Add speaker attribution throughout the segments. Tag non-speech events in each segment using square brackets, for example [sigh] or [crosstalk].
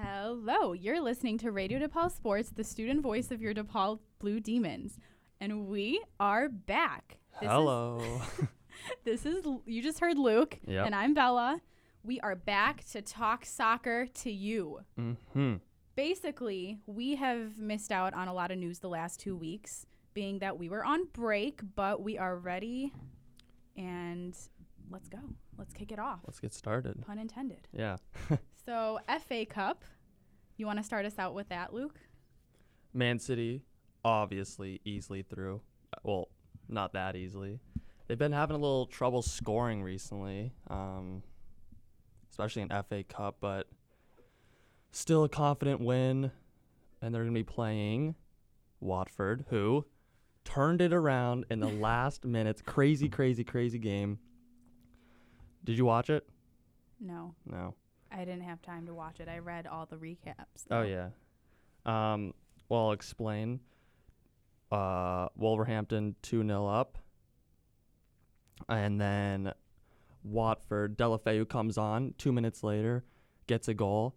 Speaker 1: Hello, you're listening to Radio DePaul Sports, the student voice of your DePaul Blue Demons. And we are back. This
Speaker 2: Hello. [laughs]
Speaker 1: Is, this is, you just heard Luke,
Speaker 2: Yep.
Speaker 1: and I'm Bella. We are back to talk soccer to you.
Speaker 2: hmm
Speaker 1: Basically, we have missed out on a lot of news the last two weeks, being that we were on break, but we are ready. And let's go. Let's kick it off.
Speaker 2: Let's get started.
Speaker 1: Pun intended.
Speaker 2: Yeah.
Speaker 1: So, FA Cup, you want to start us out with that, Luke?
Speaker 2: Man City, obviously, easily through. Uh, Well, not that easily. They've been having a little trouble scoring recently, um, especially in FA Cup, but still a confident win. And they're going to be playing Watford, who turned it around in the last minutes. Crazy, crazy, crazy game. Did you watch it?
Speaker 1: No.
Speaker 2: No.
Speaker 1: I didn't have time to watch it. I read all the recaps.
Speaker 2: Oh yeah. Um, well, I'll explain. Uh, Wolverhampton two 0 up, and then Watford Delafeu comes on two minutes later, gets a goal.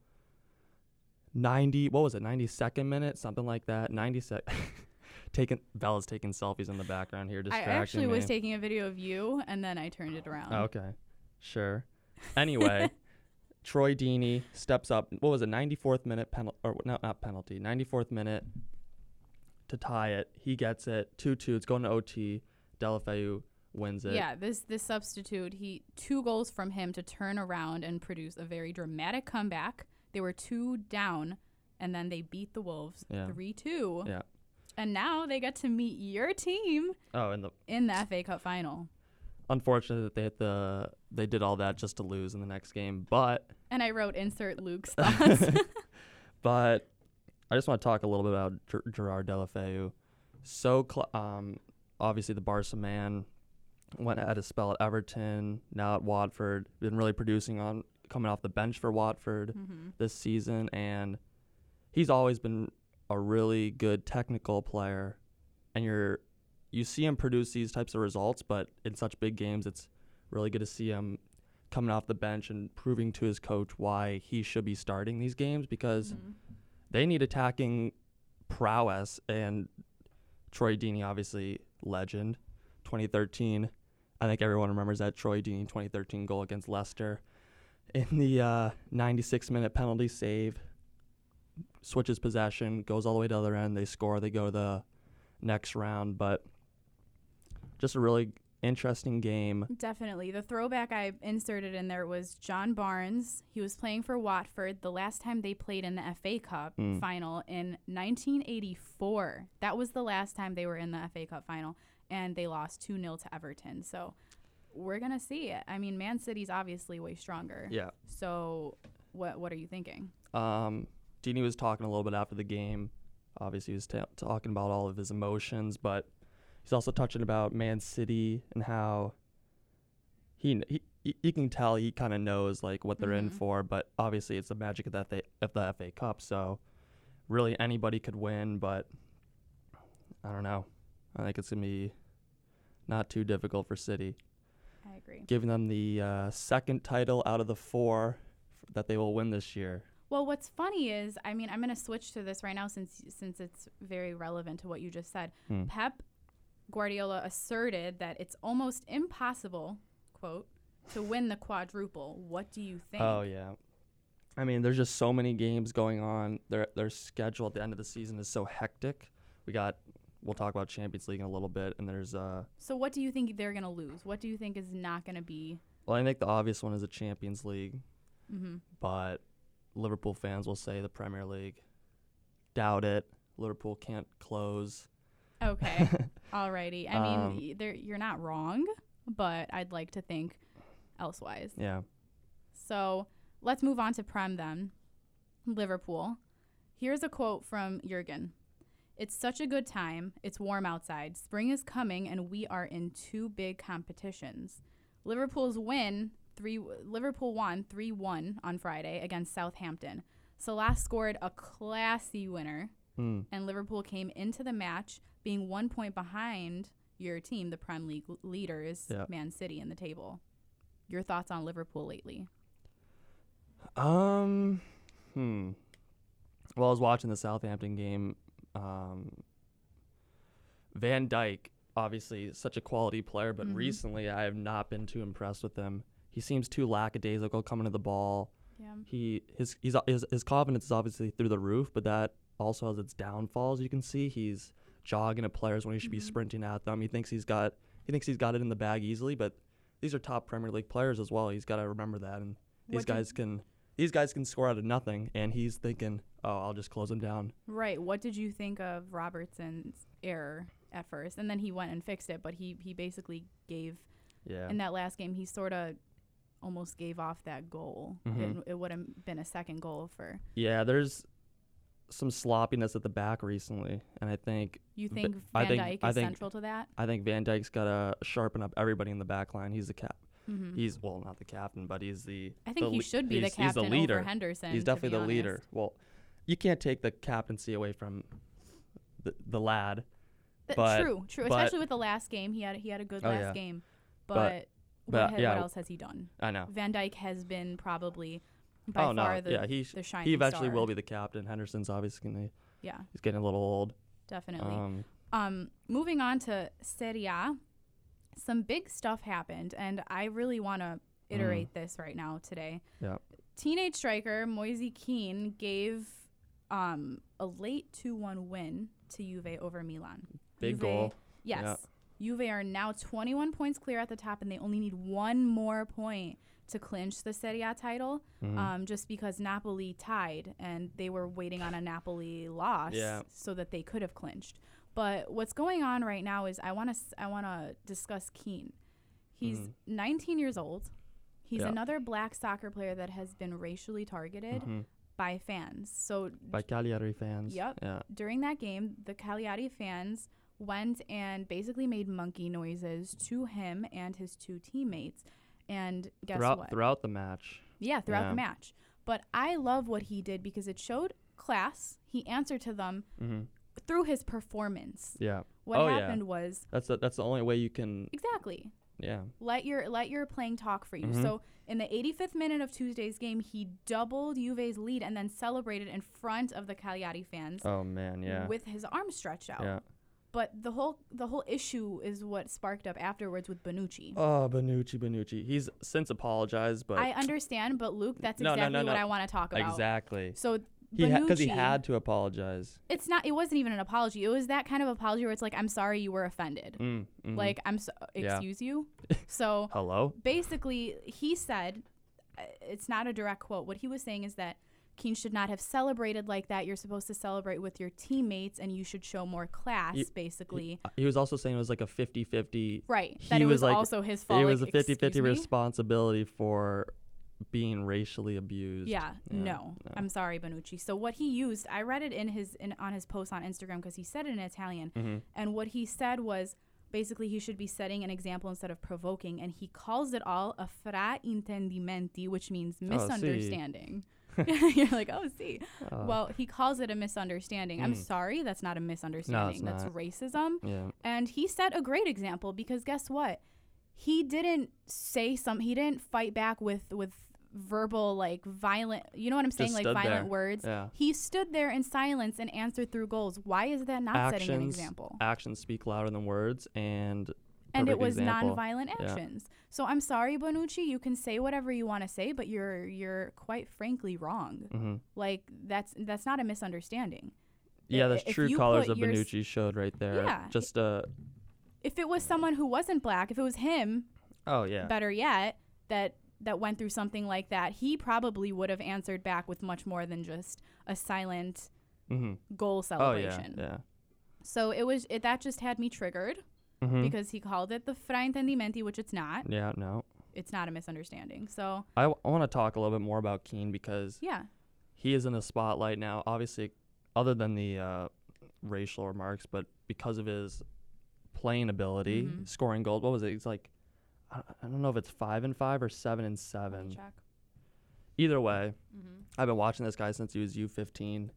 Speaker 2: Ninety, what was it? Ninety second minute, something like that. Ninety second. [laughs] taking Bella's taking selfies in the background here,
Speaker 1: I
Speaker 2: distracting
Speaker 1: actually
Speaker 2: me. Oh,
Speaker 1: was taking a video of you, and then I turned it around.
Speaker 2: Okay, sure.
Speaker 1: [laughs]
Speaker 2: Anyway, Troy Deeney steps up. What was it? 94th minute penalty, or no, not penalty. 94th minute to tie it. He gets it. Two two. It's going to OT. Delafeu wins it.
Speaker 1: Yeah, this this substitute, he two goals from him to turn around and produce a very dramatic comeback. They were two down, and then they beat the Wolves
Speaker 2: Yeah.
Speaker 1: three two.
Speaker 2: Yeah.
Speaker 1: And now they get to meet your team
Speaker 2: Oh, and the
Speaker 1: in the FA Cup final.
Speaker 2: unfortunate that they hit the they did all that just to lose in the next game. But
Speaker 1: And I wrote insert Luke's
Speaker 2: [laughs]
Speaker 1: thoughts. [laughs]
Speaker 2: but I just want to talk a little bit about Ger- Gerard Delafeu. So, cl- um, obviously the Barca man went at a spell at Everton, now at Watford. Been really producing on coming off the bench for Watford
Speaker 1: Mhm.
Speaker 2: this season, and he's always been a really good technical player. And you're you see him produce these types of results, but in such big games, it's really good to see him coming off the bench and proving to his coach why he should be starting these games because
Speaker 1: Mhm.
Speaker 2: they need attacking prowess and Troy Deeney obviously legend 2013 I think everyone remembers that Troy Deeney 2013 goal against Leicester in the uh, 96 minute penalty save switches possession goes all the way to the other end they score they go to the next round but just a really interesting game
Speaker 1: Definitely. The throwback I inserted in there was John Barnes. He was playing for Watford the last time they played in the FA Cup
Speaker 2: Mm.
Speaker 1: final in 1984. That was the last time they were in the FA Cup final, and they lost 2 0 to Everton. So we're going to see it. I mean, Man City's obviously way stronger.
Speaker 2: yeah
Speaker 1: So what, what are you thinking?
Speaker 2: Um, Dini was talking a little bit after the game. Obviously, he was ta- talking about all of his emotions, but he's also touching about Man City and how he kn- he y- you can tell he kind of knows like what they're in
Speaker 1: Mhm.
Speaker 2: for. But obviously, it's the magic of that they, of the FA Cup, so really anybody could win. But I don't know. I think it's gonna be not too difficult for City
Speaker 1: I agree.
Speaker 2: giving them the uh, second title out of the four f- that they will win this year.
Speaker 1: Well, what's funny is, I mean, I'm going to switch to this right now since since it's very relevant to what you just said.
Speaker 2: Hmm.
Speaker 1: Pep Guardiola asserted that it's almost impossible, quote, to win the quadruple. What do you think?
Speaker 2: Oh yeah. I mean, there's just so many games going on. Their their schedule at the end of the season is so hectic. We got we'll talk about Champions League in a little bit and there's uh
Speaker 1: So what do you think they're going to lose? What do you think is not going to be?
Speaker 2: well, I think the obvious one is the Champions League,
Speaker 1: Mhm.
Speaker 2: but Liverpool fans will say the Premier League. Doubt it. Liverpool can't close. [laughs]
Speaker 1: Okay, alrighty. I mean,
Speaker 2: Um,
Speaker 1: y- there- you're not wrong, but I'd like to think elsewise.
Speaker 2: Yeah.
Speaker 1: So let's move on to Prem then. Liverpool. Here's a quote from Jurgen It's such a good time. It's warm outside. Spring is coming, and we are in two big competitions. Liverpool's win. Three, Liverpool won 3 1 on Friday against Southampton. Salah scored a classy winner,
Speaker 2: Hmm.
Speaker 1: and Liverpool came into the match being one point behind your team, the Prem League leaders,
Speaker 2: Yeah.
Speaker 1: Man City, in the table. Your thoughts on Liverpool lately?
Speaker 2: Um, hmm. Well, I was watching the Southampton game. Um, Van Dyke, obviously, such a quality player, but
Speaker 1: Mhm.
Speaker 2: recently I have not been too impressed with him. He seems too lackadaisical coming to the ball.
Speaker 1: Yeah.
Speaker 2: He his he's his, his confidence is obviously through the roof, but that also has its downfalls. You can see he's jogging at players when he should be
Speaker 1: Mhm.
Speaker 2: sprinting at them. He thinks he's got he thinks he's got it in the bag easily, but these are top Premier League players as well. He's got to remember that, and these
Speaker 1: What did-
Speaker 2: guys can these guys can score out of nothing. And he's thinking, oh, I'll just close him down.
Speaker 1: Right. What did you think of Robertson's error at first? And then he went and fixed it, but he he basically gave
Speaker 2: Yeah,
Speaker 1: in that last game he sort of almost gave off that goal.
Speaker 2: Mhm.
Speaker 1: It, it would have been a second goal for
Speaker 2: yeah. There's some sloppiness at the back recently, and I think
Speaker 1: you.
Speaker 2: Ba-
Speaker 1: Think
Speaker 2: I
Speaker 1: Van
Speaker 2: think-
Speaker 1: Dyke
Speaker 2: I
Speaker 1: is
Speaker 2: think-
Speaker 1: central to that?
Speaker 2: I think Van Dyke's got to sharpen up everybody in the back line. He's the cap.
Speaker 1: Mm-hmm.
Speaker 2: He's well, not the captain, but he's the.
Speaker 1: I think
Speaker 2: the
Speaker 1: he
Speaker 2: lea-
Speaker 1: should be the
Speaker 2: he's- he's
Speaker 1: captain
Speaker 2: leader.
Speaker 1: over Henderson.
Speaker 2: he's
Speaker 1: to be
Speaker 2: definitely the
Speaker 1: honest.
Speaker 2: leader. Well, you can't take the captaincy away from the, the lad.
Speaker 1: Th-
Speaker 2: But-
Speaker 1: true, true.
Speaker 2: but-
Speaker 1: Especially with the last game, he had he had a good
Speaker 2: Oh,
Speaker 1: last
Speaker 2: yeah.
Speaker 1: game, but,
Speaker 2: But-
Speaker 1: what,
Speaker 2: but,
Speaker 1: ha-
Speaker 2: yeah.
Speaker 1: what else has he done?
Speaker 2: I know.
Speaker 1: Van Dyke has been probably by
Speaker 2: oh
Speaker 1: far
Speaker 2: no,
Speaker 1: the
Speaker 2: yeah, he sh-
Speaker 1: the shining
Speaker 2: he eventually
Speaker 1: star.
Speaker 2: will be the captain. Henderson's obviously gonna,
Speaker 1: Yeah,
Speaker 2: he's getting a little old.
Speaker 1: definitely.
Speaker 2: Um,
Speaker 1: Um, moving on to Serie A, some big stuff happened, and I really want to iterate this right now today.
Speaker 2: Mm. Yeah.
Speaker 1: Teenage striker Moise Keane gave um, a late 2 1 win to Juve over Milan.
Speaker 2: big
Speaker 1: Juve-
Speaker 2: goal.
Speaker 1: Yes.
Speaker 2: Yeah.
Speaker 1: Juve are now 21 points clear at the top, and they only need one more point to clinch the Serie A title
Speaker 2: Mhm.
Speaker 1: um, just because Napoli tied and they were waiting on a Napoli loss
Speaker 2: Yeah.
Speaker 1: so that they could have clinched. But what's going on right now is I want to I want to discuss Keane. He's
Speaker 2: Mhm.
Speaker 1: 19 years old. He's
Speaker 2: Yeah.
Speaker 1: another black soccer player that has been racially targeted
Speaker 2: Mhm.
Speaker 1: by fans. So
Speaker 2: by Cagliari fans.
Speaker 1: Yep.
Speaker 2: Yeah.
Speaker 1: during that game, the Cagliari fans went and basically made monkey noises to him and his two teammates. And guess
Speaker 2: throughout
Speaker 1: what?
Speaker 2: throughout the match.
Speaker 1: Yeah, throughout
Speaker 2: Yeah.
Speaker 1: the match. But I love what he did because it showed class. He answered to them
Speaker 2: Mm-hmm.
Speaker 1: through his performance.
Speaker 2: Yeah.
Speaker 1: What
Speaker 2: Oh, yeah.
Speaker 1: happened was
Speaker 2: That's the, that's the only way you can.
Speaker 1: exactly
Speaker 2: Yeah.
Speaker 1: let your let your playing talk for you.
Speaker 2: Mhm.
Speaker 1: So in the 85th minute of Tuesday's game, he doubled Juve's lead and then celebrated in front of the Cagliari fans
Speaker 2: Oh man. Yeah.
Speaker 1: with his arms stretched out.
Speaker 2: yeah.
Speaker 1: But the whole the whole issue is what sparked up afterwards with Bonucci.
Speaker 2: Oh, Benucci, Benucci. He's since apologized, but
Speaker 1: I understand, but Luke, that's
Speaker 2: No, no,
Speaker 1: exactly
Speaker 2: no,
Speaker 1: what
Speaker 2: no.
Speaker 1: I want to talk about.
Speaker 2: exactly.
Speaker 1: So
Speaker 2: He because he
Speaker 1: Bonucci-
Speaker 2: had to apologize.
Speaker 1: it's not it wasn't even an apology it was that kind of apology where it's like i'm sorry you were offended
Speaker 2: Mm, mhm.
Speaker 1: like i'm so,
Speaker 2: Yeah.
Speaker 1: excuse
Speaker 2: [laughs]
Speaker 1: you so
Speaker 2: hello.
Speaker 1: basically he said uh, it's not a direct quote what he was saying is that Keane should not have celebrated like that. You're supposed to celebrate with your teammates and you should show more class,
Speaker 2: Y-
Speaker 1: basically.
Speaker 2: He was also saying it was like a 50-50.
Speaker 1: right.
Speaker 2: he
Speaker 1: That it was,
Speaker 2: was like-
Speaker 1: also his fault.
Speaker 2: it was
Speaker 1: like,
Speaker 2: a 50-50
Speaker 1: "Excuse me?"
Speaker 2: responsibility for being racially abused.
Speaker 1: Yeah,
Speaker 2: Yeah,
Speaker 1: no,
Speaker 2: no.
Speaker 1: I'm sorry, Bonucci. So what he used, I read it in his in, on his post on Instagram because he said it in Italian,
Speaker 2: Mhm.
Speaker 1: and what he said was basically he should be setting an example instead of provoking, and he calls it all a fra intendimenti, which means
Speaker 2: Oh, [laughs]
Speaker 1: misunderstanding. [laughs] You're like, oh, see.
Speaker 2: Uh,
Speaker 1: well, he calls it a misunderstanding. I'm
Speaker 2: Mm.
Speaker 1: sorry, that's not a misunderstanding. that's
Speaker 2: not.
Speaker 1: racism.
Speaker 2: yeah.
Speaker 1: And he set a great example because guess what? He didn't say some he didn't fight back with with verbal like violent, you know what I'm saying,
Speaker 2: Just
Speaker 1: like
Speaker 2: stood
Speaker 1: violent
Speaker 2: there.
Speaker 1: words.
Speaker 2: Yeah.
Speaker 1: He stood there in silence and answered through goals. Why is that not setting an
Speaker 2: Actions,
Speaker 1: example?
Speaker 2: Actions speak louder than words, and
Speaker 1: And it
Speaker 2: perfect
Speaker 1: was
Speaker 2: example.
Speaker 1: nonviolent
Speaker 2: Yeah.
Speaker 1: actions. So I'm sorry, Bonucci, you can say whatever you want to say, but you're you're quite frankly wrong.
Speaker 2: Mhm.
Speaker 1: Like that's that's not a misunderstanding.
Speaker 2: Yeah, that's
Speaker 1: if
Speaker 2: true
Speaker 1: you
Speaker 2: colors
Speaker 1: put
Speaker 2: of
Speaker 1: your s-
Speaker 2: Benucci showed right there.
Speaker 1: Yeah.
Speaker 2: Just uh
Speaker 1: If it was someone who wasn't black, if it was him,
Speaker 2: oh yeah.
Speaker 1: better yet that that went through something like that he probably would have answered back with much more than just a silent
Speaker 2: hmm
Speaker 1: goal
Speaker 2: Oh yeah.
Speaker 1: celebration
Speaker 2: Yeah.
Speaker 1: so it was it, that just had me triggered
Speaker 2: Mhm.
Speaker 1: because he called it the fraintendimenti which it's not
Speaker 2: yeah, no.
Speaker 1: it's not a misunderstanding so
Speaker 2: I, want to talk a little bit more about Keane because
Speaker 1: yeah
Speaker 2: he is in the spotlight now. Obviously, other than the uh, racial remarks, but because of his playing ability,
Speaker 1: Mhm.
Speaker 2: scoring goals. What was it? He's like, I, I don't know if it's five and five or seven and
Speaker 1: let me
Speaker 2: seven.
Speaker 1: check. Mm-hmm.
Speaker 2: Either way, I've been watching this guy since he was U15.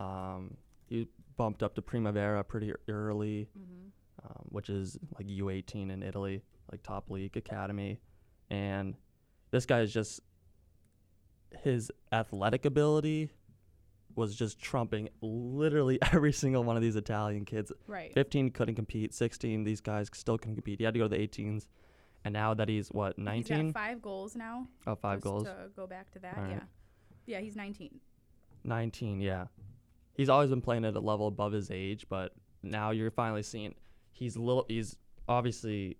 Speaker 2: Um, he bumped up to Primavera pretty early,
Speaker 1: Mm-hmm.
Speaker 2: um, which is like U18 in Italy, like top league academy. And this guy is just his athletic ability was just trumping literally [laughs] every single one of these Italian kids.
Speaker 1: Right.
Speaker 2: 15 couldn't compete, 16 these guys still couldn't compete. He had to go to the 18s, and now that he's what
Speaker 1: He's
Speaker 2: 19?
Speaker 1: got five goals now.
Speaker 2: oh, five
Speaker 1: just
Speaker 2: goals.
Speaker 1: To go back to that,
Speaker 2: All right.
Speaker 1: yeah. Yeah, he's 19.
Speaker 2: 19, yeah. He's always been playing at a level above his age, but now you're finally seeing he's little he's obviously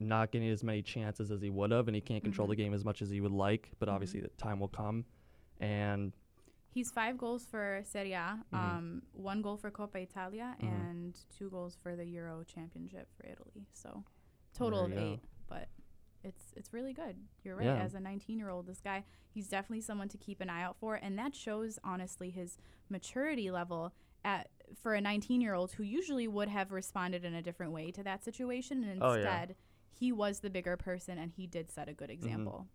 Speaker 2: not getting as many chances as he would have and he can't control
Speaker 1: Mm-hmm.
Speaker 2: the game as much as he would like, but obviously the time will come. And
Speaker 1: He's five goals for Serie A,
Speaker 2: Mhm.
Speaker 1: um, one goal for Coppa Italia,
Speaker 2: Mhm.
Speaker 1: and two goals for the Euro Championship for Italy. So, total
Speaker 2: There
Speaker 1: of
Speaker 2: you go.
Speaker 1: eight. But it's it's really good. You're right.
Speaker 2: Yeah.
Speaker 1: As a 19 year old, this guy, he's definitely someone to keep an eye out for, and that shows honestly his maturity level at for a 19 year old who usually would have responded in a different way to that situation, and
Speaker 2: Oh,
Speaker 1: instead
Speaker 2: yeah.
Speaker 1: he was the bigger person and he did set a good
Speaker 2: Mm-hmm.
Speaker 1: example.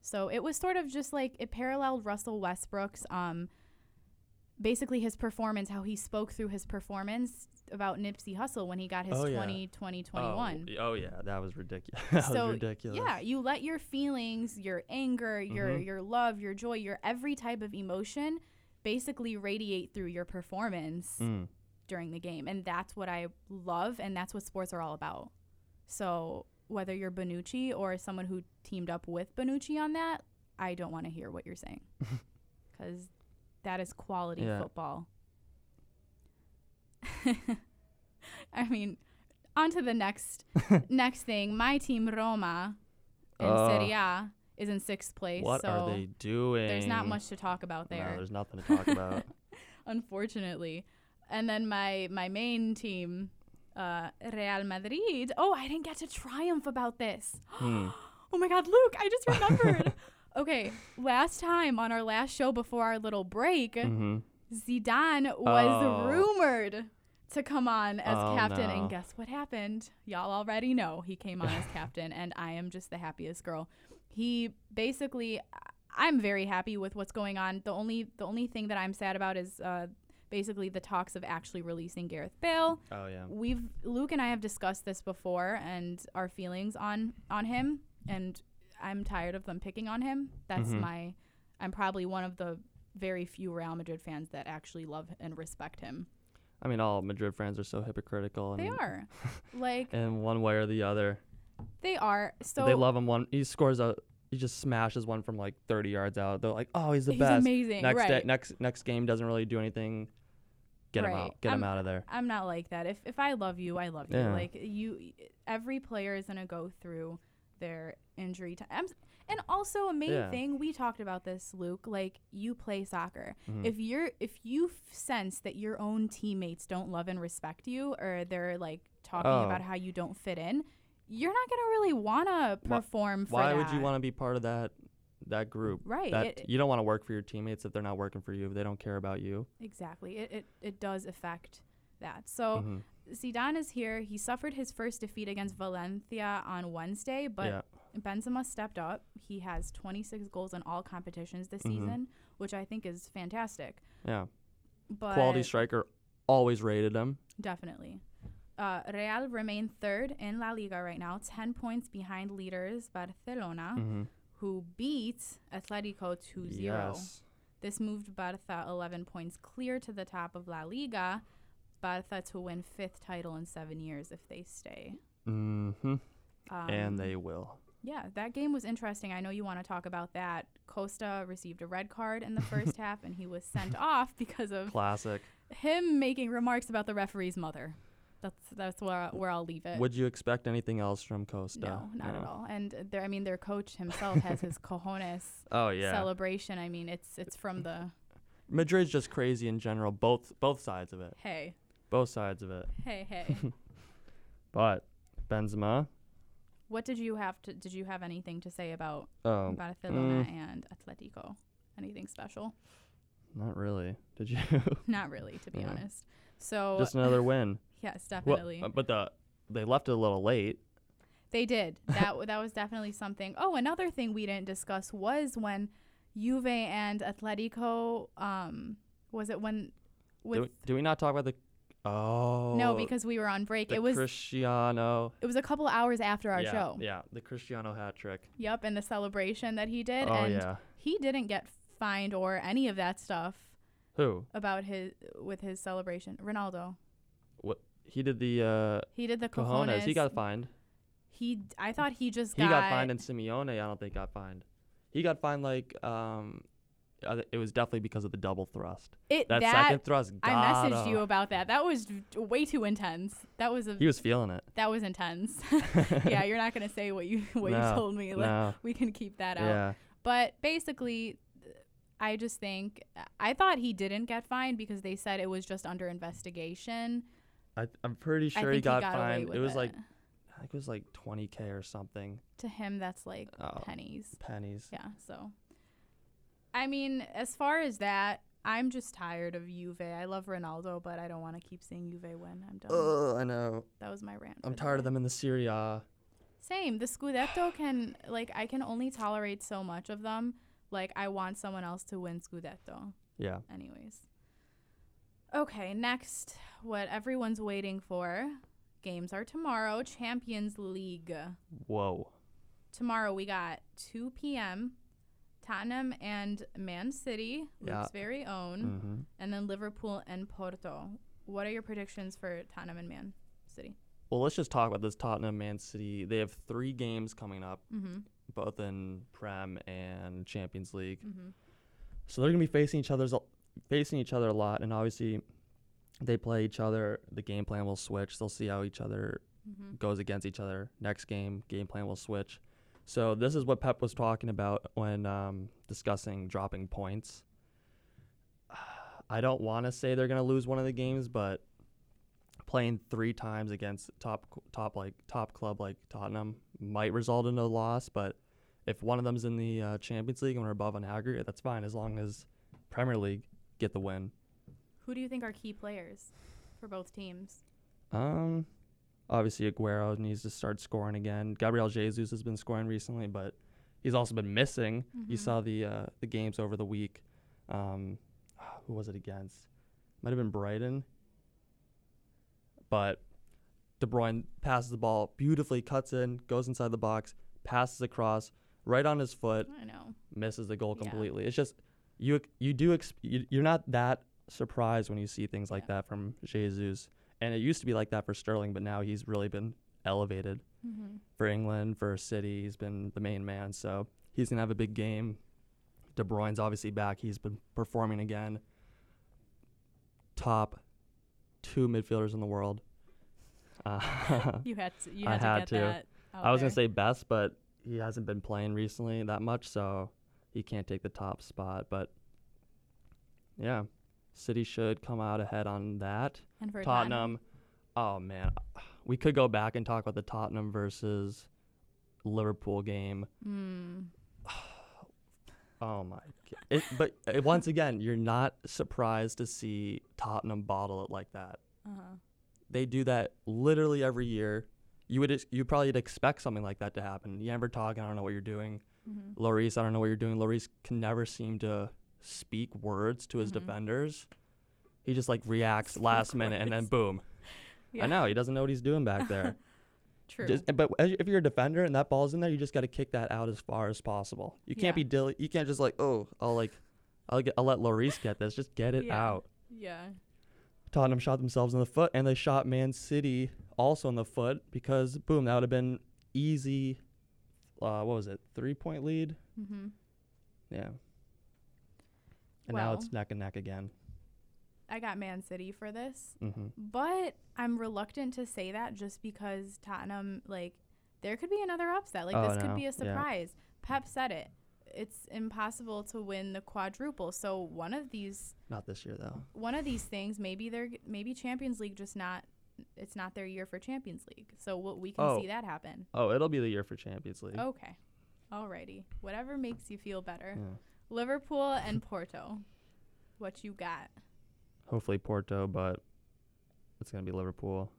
Speaker 1: So it was sort of just like it paralleled Russell Westbrook's um basically his performance, how he spoke through his performance about Nipsey Hussle when he got his
Speaker 2: Oh, yeah.
Speaker 1: 20, 20, 21.
Speaker 2: Oh, oh yeah, that was ridiculous. [laughs] that
Speaker 1: So,
Speaker 2: was ridiculous.
Speaker 1: Yeah, you let your feelings, your anger, your
Speaker 2: Mhm.
Speaker 1: your love, your joy, your every type of emotion basically radiate through your performance
Speaker 2: Mm.
Speaker 1: during the game. And that's what I love and that's what sports are all about. So whether you're Benucci or someone who teamed up with Benucci on that, I don't want to hear what you're
Speaker 2: [laughs]
Speaker 1: saying. Cuz that is quality
Speaker 2: Yeah.
Speaker 1: football. [laughs] I mean, on to the
Speaker 2: [laughs]
Speaker 1: next next thing. My team Roma in
Speaker 2: Uh,
Speaker 1: Serie A is in 6th place.
Speaker 2: What
Speaker 1: so
Speaker 2: are they doing?
Speaker 1: there's not much to talk about there
Speaker 2: No, there's nothing to talk
Speaker 1: [laughs]
Speaker 2: about.
Speaker 1: unfortunately. And then my my main team, uh, Real Madrid. Oh, I didn't get to triumph about this. [gasps]
Speaker 2: Hmm.
Speaker 1: Oh my God, Luke, I just remembered. okay, last time on our last show before our little break, [laughs]
Speaker 2: hmm
Speaker 1: Zidane was
Speaker 2: Oh.
Speaker 1: rumored to come on as
Speaker 2: Oh,
Speaker 1: captain,
Speaker 2: no.
Speaker 1: and guess what happened? Y'all already know he came on
Speaker 2: [laughs]
Speaker 1: as captain, and I am just the happiest girl. He basically, I'm very happy with what's going on. The only the only thing that I'm sad about is uh, basically the talks of actually releasing Gareth Bale
Speaker 2: Oh yeah.
Speaker 1: we've Luke and I have discussed this before and our feelings on on him and I'm tired of them picking on him. That's
Speaker 2: Mhm.
Speaker 1: my I'm probably one of the very few Real Madrid fans that actually love and respect him.
Speaker 2: I mean, all Madrid fans are so hypocritical. And
Speaker 1: They
Speaker 2: [laughs]
Speaker 1: are. like
Speaker 2: in one way or the other.
Speaker 1: they are. So
Speaker 2: they love him. One he scores a he just smashes one from like 30 yards out. They're like, oh, he's the
Speaker 1: he's
Speaker 2: best.
Speaker 1: amazing.
Speaker 2: Next
Speaker 1: right.
Speaker 2: day, next next game doesn't really do anything. Get him
Speaker 1: Right.
Speaker 2: out. Get him
Speaker 1: I'm-
Speaker 2: out of there.
Speaker 1: I'm not like that. If if I love you, I love you.
Speaker 2: Yeah.
Speaker 1: Like you, every player is gonna go through their injury time. And also a main
Speaker 2: Yeah.
Speaker 1: thing we talked about this, Luke. Like you play soccer.
Speaker 2: Mhm.
Speaker 1: If you're if you f- sense that your own teammates don't love and respect you, or they're like talking
Speaker 2: Oh.
Speaker 1: about how you don't fit in, you're not gonna really wanna
Speaker 2: Wha-
Speaker 1: perform. for
Speaker 2: Why would you
Speaker 1: that.
Speaker 2: want to be part of that that group?
Speaker 1: Right.
Speaker 2: That
Speaker 1: it-
Speaker 2: you don't want to work for your teammates if they're not working for you. If they don't care about you.
Speaker 1: exactly. It, it it does affect that. So.
Speaker 2: Mhm.
Speaker 1: Zidane is here. He suffered his first defeat against Valencia on Wednesday, but
Speaker 2: yeah.
Speaker 1: Benzema stepped up. He has 26 goals in all competitions this
Speaker 2: Mhm.
Speaker 1: season, which I think is fantastic.
Speaker 2: Yeah.
Speaker 1: But
Speaker 2: Quality striker. Always rated him.
Speaker 1: definitely. Uh, Real remain third in La Liga right now, 10 points behind leaders Barcelona,
Speaker 2: Mm-hmm.
Speaker 1: who beat Atletico 2 0.
Speaker 2: Yes.
Speaker 1: This moved Barca 11 points clear to the top of La Liga. Barca to win fifth title in seven years if they stay.
Speaker 2: Mm-hmm.
Speaker 1: Um,
Speaker 2: and they
Speaker 1: [laughs]
Speaker 2: will.
Speaker 1: Yeah, that game was interesting. I know you want to talk about that. Costa received a red card in the
Speaker 2: [laughs]
Speaker 1: first half, and he was sent off because of
Speaker 2: Classic.
Speaker 1: him making remarks about the referee's mother. That's that's where where I'll leave it.
Speaker 2: Would you expect anything else from Costa?
Speaker 1: no, not at all. And there, I mean, their coach himself has
Speaker 2: [laughs]
Speaker 1: his cojones
Speaker 2: Oh yeah.
Speaker 1: celebration. I mean, it's it's from
Speaker 2: [laughs]
Speaker 1: the
Speaker 2: Madrid's just crazy in general. Both both sides of it.
Speaker 1: hey,
Speaker 2: Both sides of it.
Speaker 1: hey, hey.
Speaker 2: But Benzema.
Speaker 1: what did you have to? Did you have anything to say about
Speaker 2: Um,
Speaker 1: Barcelona and Atletico? Anything special? [laughs]
Speaker 2: not really. Did you? [laughs]
Speaker 1: Not really, to be
Speaker 2: No.
Speaker 1: honest. So
Speaker 2: just
Speaker 1: [laughs]
Speaker 2: another win.
Speaker 1: yes,
Speaker 2: Well,
Speaker 1: definitely.
Speaker 2: uh, but the they left it a little late.
Speaker 1: They
Speaker 2: [laughs]
Speaker 1: did. That w- that was definitely something. Oh, another thing we didn't discuss was when Juve and Atletico um was it when
Speaker 2: Do
Speaker 1: with
Speaker 2: we, do we not talk about the? Oh.
Speaker 1: no because we were on break.
Speaker 2: the
Speaker 1: It was
Speaker 2: Cristiano.
Speaker 1: it was a couple hours after our
Speaker 2: yeah,
Speaker 1: show.
Speaker 2: Yeah, the Cristiano hat trick.
Speaker 1: Yep, and the celebration that he did
Speaker 2: oh
Speaker 1: and
Speaker 2: yeah.
Speaker 1: he didn't get fined or any of that stuff.
Speaker 2: Who?
Speaker 1: about his with his celebration. Ronaldo.
Speaker 2: What? He did the uh,
Speaker 1: He did the
Speaker 2: cojones.
Speaker 1: cojones.
Speaker 2: He got fined.
Speaker 1: He. d- I thought he just
Speaker 2: He
Speaker 1: got.
Speaker 2: got fined, and Simeone, I don't think got fined. He got fined like um, uh, it was definitely because of the double thrust.
Speaker 1: it,
Speaker 2: That,
Speaker 1: that.
Speaker 2: second thrust. Got
Speaker 1: I messaged
Speaker 2: him.
Speaker 1: you about that. That was way too intense. That was a
Speaker 2: He was feeling it.
Speaker 1: that was
Speaker 2: [laughs]
Speaker 1: intense. [laughs] yeah, you're not gonna say what you [laughs] what
Speaker 2: No,
Speaker 1: you told me. Like,
Speaker 2: no.
Speaker 1: We can keep that out.
Speaker 2: Yeah.
Speaker 1: But basically, th- I just think I thought he didn't get fined because they said it was just under investigation.
Speaker 2: I, I'm pretty
Speaker 1: I
Speaker 2: sure
Speaker 1: think
Speaker 2: he got,
Speaker 1: away
Speaker 2: fined.
Speaker 1: with
Speaker 2: It was like I think it was like 20k or something.
Speaker 1: to him that's like
Speaker 2: Oh,
Speaker 1: pennies.
Speaker 2: pennies.
Speaker 1: Yeah. So, I mean, as far as that, I'm just tired of Juve. I love Ronaldo, but I don't want to keep seeing Juve win. I'm done.
Speaker 2: Ugh, I know.
Speaker 1: that was my rant.
Speaker 2: I'm
Speaker 1: for the
Speaker 2: tired of
Speaker 1: day.
Speaker 2: them in the Serie A.
Speaker 1: Same. The Scudetto can like I can only tolerate so much of them. Like I want someone else to win Scudetto.
Speaker 2: Yeah.
Speaker 1: Anyways. Okay, next, what everyone's waiting for. Games are tomorrow, Champions League.
Speaker 2: Whoa.
Speaker 1: Tomorrow we got 2 p.m. Tottenham and Man City,
Speaker 2: Yeah.
Speaker 1: Luke's very own,
Speaker 2: Mm-hmm.
Speaker 1: and then Liverpool and Porto. What are your predictions for Tottenham and Man City?
Speaker 2: Well, let's just talk about this Tottenham Man City. They have three games coming up,
Speaker 1: Mm-hmm.
Speaker 2: both in Prem and Champions League.
Speaker 1: Mm-hmm.
Speaker 2: So they're gonna be facing each other's facing each other a lot, and obviously they play each other. The game plan will switch. They'll see how each other
Speaker 1: Mm-hmm.
Speaker 2: goes against each other. Next game, game plan will switch. So this is what Pep was talking about when um, discussing dropping points. [sighs] I don't want to say they're going to lose one of the games, but playing three times against top top like top club like Tottenham might result in a loss. But if one of them's in the uh, Champions League and we're above on aggregate, that's fine as long as Premier League get the win.
Speaker 1: Who do you think are key players for both teams?
Speaker 2: Um, obviously Aguero needs to start scoring again. Gabriel Jesus has been scoring recently, but he's also been missing. You
Speaker 1: Mhm.
Speaker 2: saw the uh, the games over the week. Um, [sighs] who was it against? Might have been Brighton. But De Bruyne passes the ball beautifully, cuts in, goes inside the box, passes across right on his foot,
Speaker 1: I know.
Speaker 2: misses the goal
Speaker 1: Yeah.
Speaker 2: completely. It's just you you do ex- you, you're not that surprised when you see things like
Speaker 1: Yeah.
Speaker 2: that from Jesus. And it used to be like that for Sterling, but now he's really been elevated
Speaker 1: Mm-hmm.
Speaker 2: for England, for City. He's been the main man, so he's gonna have a big game. De Bruyne's obviously back. He's been performing again. Top two midfielders in the world. [laughs] Uh,
Speaker 1: You had to. You
Speaker 2: I
Speaker 1: had,
Speaker 2: had
Speaker 1: to
Speaker 2: to.
Speaker 1: get that. out
Speaker 2: I was gonna
Speaker 1: there.
Speaker 2: say best, but he hasn't been playing recently that much, so he can't take the top spot. But yeah, City should come out ahead on that.
Speaker 1: and for
Speaker 2: Tottenham, oh man, we could go back and talk about the Tottenham versus Liverpool game.
Speaker 1: Mm.
Speaker 2: Oh my, g- it, but uh, once again, you're not surprised to see Tottenham bottle it like that.
Speaker 1: Uh-huh.
Speaker 2: They do that literally every year. You would ex- you probably would expect something like that to happen. You never talk. I don't know what you're doing.
Speaker 1: hmm
Speaker 2: Lloris, I don't know what you're doing. Lloris can never seem to speak words to his
Speaker 1: Mhm.
Speaker 2: defenders. He just like reacts
Speaker 1: Speak
Speaker 2: last minute and then
Speaker 1: words. [laughs]
Speaker 2: boom.
Speaker 1: Yeah.
Speaker 2: I know he doesn't know what he's doing back there.
Speaker 1: [laughs] True.
Speaker 2: Just- but as- if you're a defender and that ball's in there, you just got to kick that out as far as possible. You can't
Speaker 1: Yeah.
Speaker 2: be dil- you can't just like oh I'll like I'll get, I'll let Lloris get this. Just get it
Speaker 1: Yeah.
Speaker 2: out.
Speaker 1: yeah.
Speaker 2: Tottenham shot themselves in the foot and they shot Man City also in the foot because boom that would have been easy. Uh, what was it? Three point lead.
Speaker 1: Mm-hmm.
Speaker 2: Yeah. And now it's neck and neck again.
Speaker 1: I got Man City for this,
Speaker 2: Mm-hmm.
Speaker 1: but I'm reluctant to say that just because Tottenham, like, there could be another upset. Like,
Speaker 2: Oh,
Speaker 1: this
Speaker 2: no.
Speaker 1: could be
Speaker 2: Yeah.
Speaker 1: a surprise. Pep said it. It's impossible to win the quadruple. So one of these,
Speaker 2: Not this year though.
Speaker 1: one of these things, maybe they're maybe Champions League just not. It's not their year for Champions League. So what we can
Speaker 2: Oh.
Speaker 1: see that happen.
Speaker 2: Oh, it'll be the year for Champions League.
Speaker 1: Okay. Alrighty. Whatever makes you feel better.
Speaker 2: Yeah.
Speaker 1: Liverpool
Speaker 2: [laughs]
Speaker 1: and Porto. What you got?
Speaker 2: Hopefully Porto, but it's gonna be Liverpool.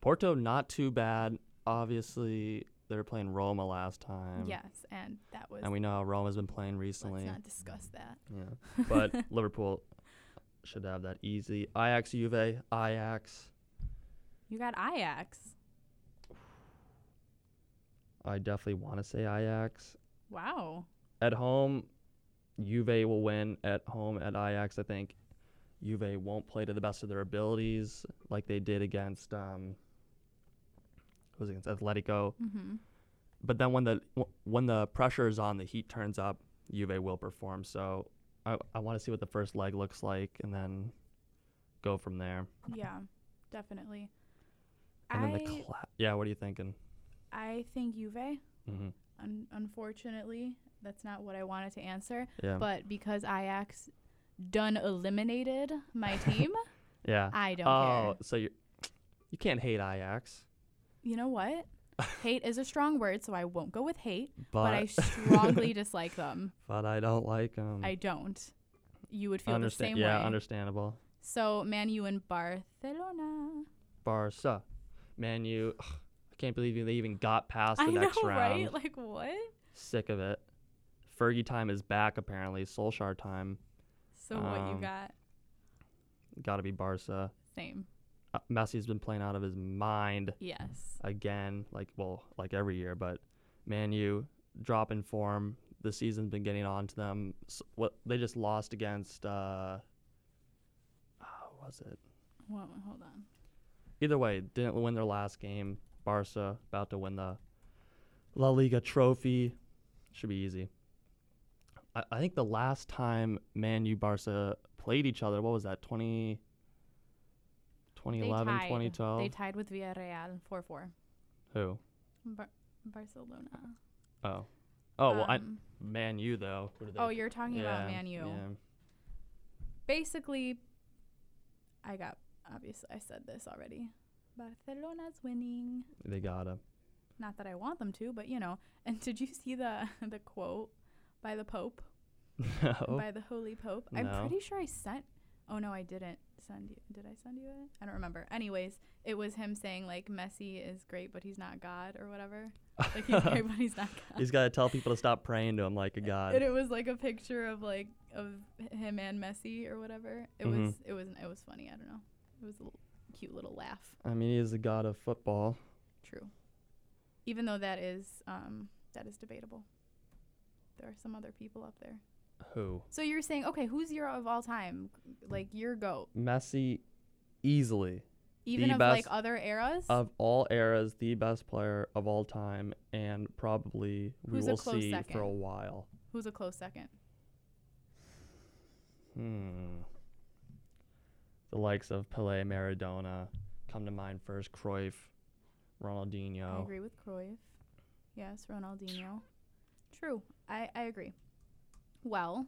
Speaker 2: Porto not too bad. Obviously, they were playing Roma last time.
Speaker 1: yes, and that was
Speaker 2: And we know how Roma's been playing
Speaker 1: let's
Speaker 2: recently.
Speaker 1: not discuss that. [laughs]
Speaker 2: Yeah. But Liverpool should have that easy. Ajax Juve, Ajax.
Speaker 1: You got Ajax.
Speaker 2: I definitely want to say Ajax.
Speaker 1: Wow.
Speaker 2: At home, Juve will win at home at Ajax. I think Juve won't play to the best of their abilities like they did against um, who was it against Atletico.
Speaker 1: Mm-hmm.
Speaker 2: But then when the when the pressure is on, the heat turns up. Juve will perform. So I I want to see what the first leg looks like and then go from there.
Speaker 1: Yeah, definitely.
Speaker 2: And
Speaker 1: I,
Speaker 2: then the cla- yeah. What are you thinking?
Speaker 1: I think Juve.
Speaker 2: Mm-hmm.
Speaker 1: Un- unfortunately, that's not what I wanted to answer.
Speaker 2: Yeah.
Speaker 1: But because Ajax done eliminated
Speaker 2: [laughs]
Speaker 1: my team,
Speaker 2: yeah.
Speaker 1: I don't
Speaker 2: oh,
Speaker 1: care.
Speaker 2: so you you can't hate Ajax,
Speaker 1: You know
Speaker 2: [laughs]
Speaker 1: what? hate is a strong word, so I won't go with hate,
Speaker 2: but [laughs]
Speaker 1: but, I strongly dislike them.
Speaker 2: but I don't like them.
Speaker 1: I don't. You would feel the same
Speaker 2: yeah,
Speaker 1: way.
Speaker 2: understandable.
Speaker 1: so, Man U and Barcelona.
Speaker 2: Barca, Man U. ugh, I can't believe they even got past the
Speaker 1: I [laughs] know,
Speaker 2: next round.
Speaker 1: right? Like, what?
Speaker 2: Sick of it. Fergie time is back apparently. Solskjaer time.
Speaker 1: So, what you
Speaker 2: Um,
Speaker 1: got?
Speaker 2: Got to be Barca.
Speaker 1: Same.
Speaker 2: Uh, Messi's been playing out of his mind
Speaker 1: Yes.
Speaker 2: again. Like well, like every year, but Man U drop in form. The season's been getting on to them. S what they just lost against. Uh, oh, was it?
Speaker 1: Whoa, hold on.
Speaker 2: either way, didn't win their last game. Barca about to win the La Liga trophy. Should be easy. I, I think the last time Man U Barca played each other, what was that? 20, 2011,
Speaker 1: they tied.
Speaker 2: 2012?
Speaker 1: They tied with Villarreal 4 4.
Speaker 2: Who?
Speaker 1: Bar- Barcelona.
Speaker 2: Oh. Oh, well, I,
Speaker 1: Um,
Speaker 2: Man U, though. Who did
Speaker 1: oh,
Speaker 2: they-
Speaker 1: you're talking about
Speaker 2: Yeah,
Speaker 1: Man U.
Speaker 2: yeah.
Speaker 1: Basically, I got, obviously, I said this already. Barcelona's winning.
Speaker 2: They got him. [laughs]
Speaker 1: Not that I want them to, but you know. [laughs] And did you see the [laughs] the quote by the Pope?
Speaker 2: no.
Speaker 1: By the Holy Pope? I'm
Speaker 2: No.
Speaker 1: pretty sure I sent. Oh no, I didn't send you. Did I send you it? I don't remember. Anyways, it was him saying like Messi is great, but he's not God or whatever. Like he's great, but he's not God.
Speaker 2: He's got to tell people to stop praying to
Speaker 1: [laughs]
Speaker 2: him like a
Speaker 1: and
Speaker 2: god.
Speaker 1: it was like a picture of like of him and Messi or whatever. It
Speaker 2: Mhm.
Speaker 1: was it was it was funny. I don't know. It was a l- cute little laugh.
Speaker 2: I mean, he is the god of football.
Speaker 1: True. Even though that is um, that is debatable. There are some other people up there.
Speaker 2: Who?
Speaker 1: So you're saying okay, who's your of all time? Like your goat,
Speaker 2: Messi, easily.
Speaker 1: even
Speaker 2: The
Speaker 1: of like
Speaker 2: best
Speaker 1: other eras.
Speaker 2: of all eras, the best player of all time, and probably we
Speaker 1: Who's a
Speaker 2: will
Speaker 1: close
Speaker 2: see for a
Speaker 1: second?
Speaker 2: while.
Speaker 1: who's a close second?
Speaker 2: Hmm. The likes of Pele, Maradona come to mind first. Cruyff,
Speaker 1: I
Speaker 2: Ronaldinho.
Speaker 1: agree with Cruyff. Yes, Ronaldinho. True. I, I agree. Well,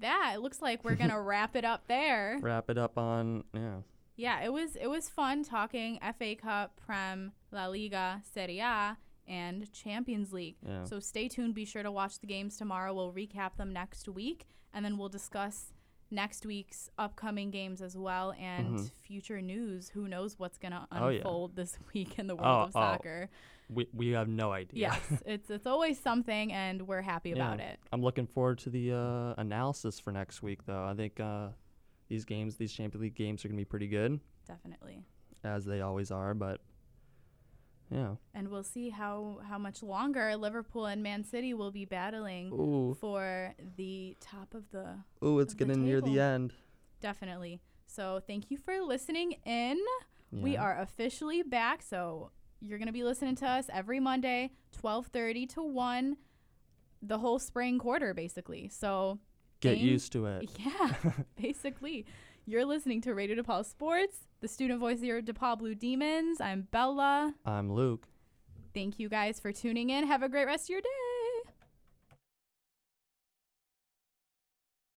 Speaker 1: that looks like we're
Speaker 2: [laughs]
Speaker 1: gonna wrap it up there.
Speaker 2: Wrap it up on yeah.
Speaker 1: Yeah, it was it was fun talking FA Cup, Prem, La Liga, Serie A, and Champions League.
Speaker 2: Yeah.
Speaker 1: So stay tuned. Be sure to watch the games tomorrow. We'll recap them next week, and then we'll discuss next week's upcoming games as well and
Speaker 2: Mhm.
Speaker 1: future news. Who knows what's gonna
Speaker 2: Oh, yeah.
Speaker 1: unfold this [laughs] week in the world
Speaker 2: Oh,
Speaker 1: of
Speaker 2: oh,
Speaker 1: soccer?
Speaker 2: we we have no idea.
Speaker 1: Yes, it's it's always something, and we're happy
Speaker 2: Yeah.
Speaker 1: about it.
Speaker 2: I'm looking forward to the uh, analysis for next week though. I think uh, these games, these Champions League games, are gonna be pretty good
Speaker 1: Definitely.
Speaker 2: as they always are. But yeah.
Speaker 1: And we'll see how how much longer Liverpool and Man City will be battling.
Speaker 2: Ooh.
Speaker 1: for the top of the
Speaker 2: Ooh, it's
Speaker 1: Of the
Speaker 2: getting near the
Speaker 1: table.
Speaker 2: end.
Speaker 1: definitely. So thank you for listening in. We
Speaker 2: Yeah.
Speaker 1: are officially back, so you're gonna be listening to us every Monday, twelve thirty to one, the whole spring quarter basically. So
Speaker 2: Get
Speaker 1: game.
Speaker 2: used to
Speaker 1: [laughs]
Speaker 2: it.
Speaker 1: yeah, basically. You're listening to Radio DePaul Sports, the student voice of your DePaul Blue Demons. I'm Bella.
Speaker 2: [laughs] I'm Luke.
Speaker 1: Thank you guys for tuning in. Have a great rest of your day.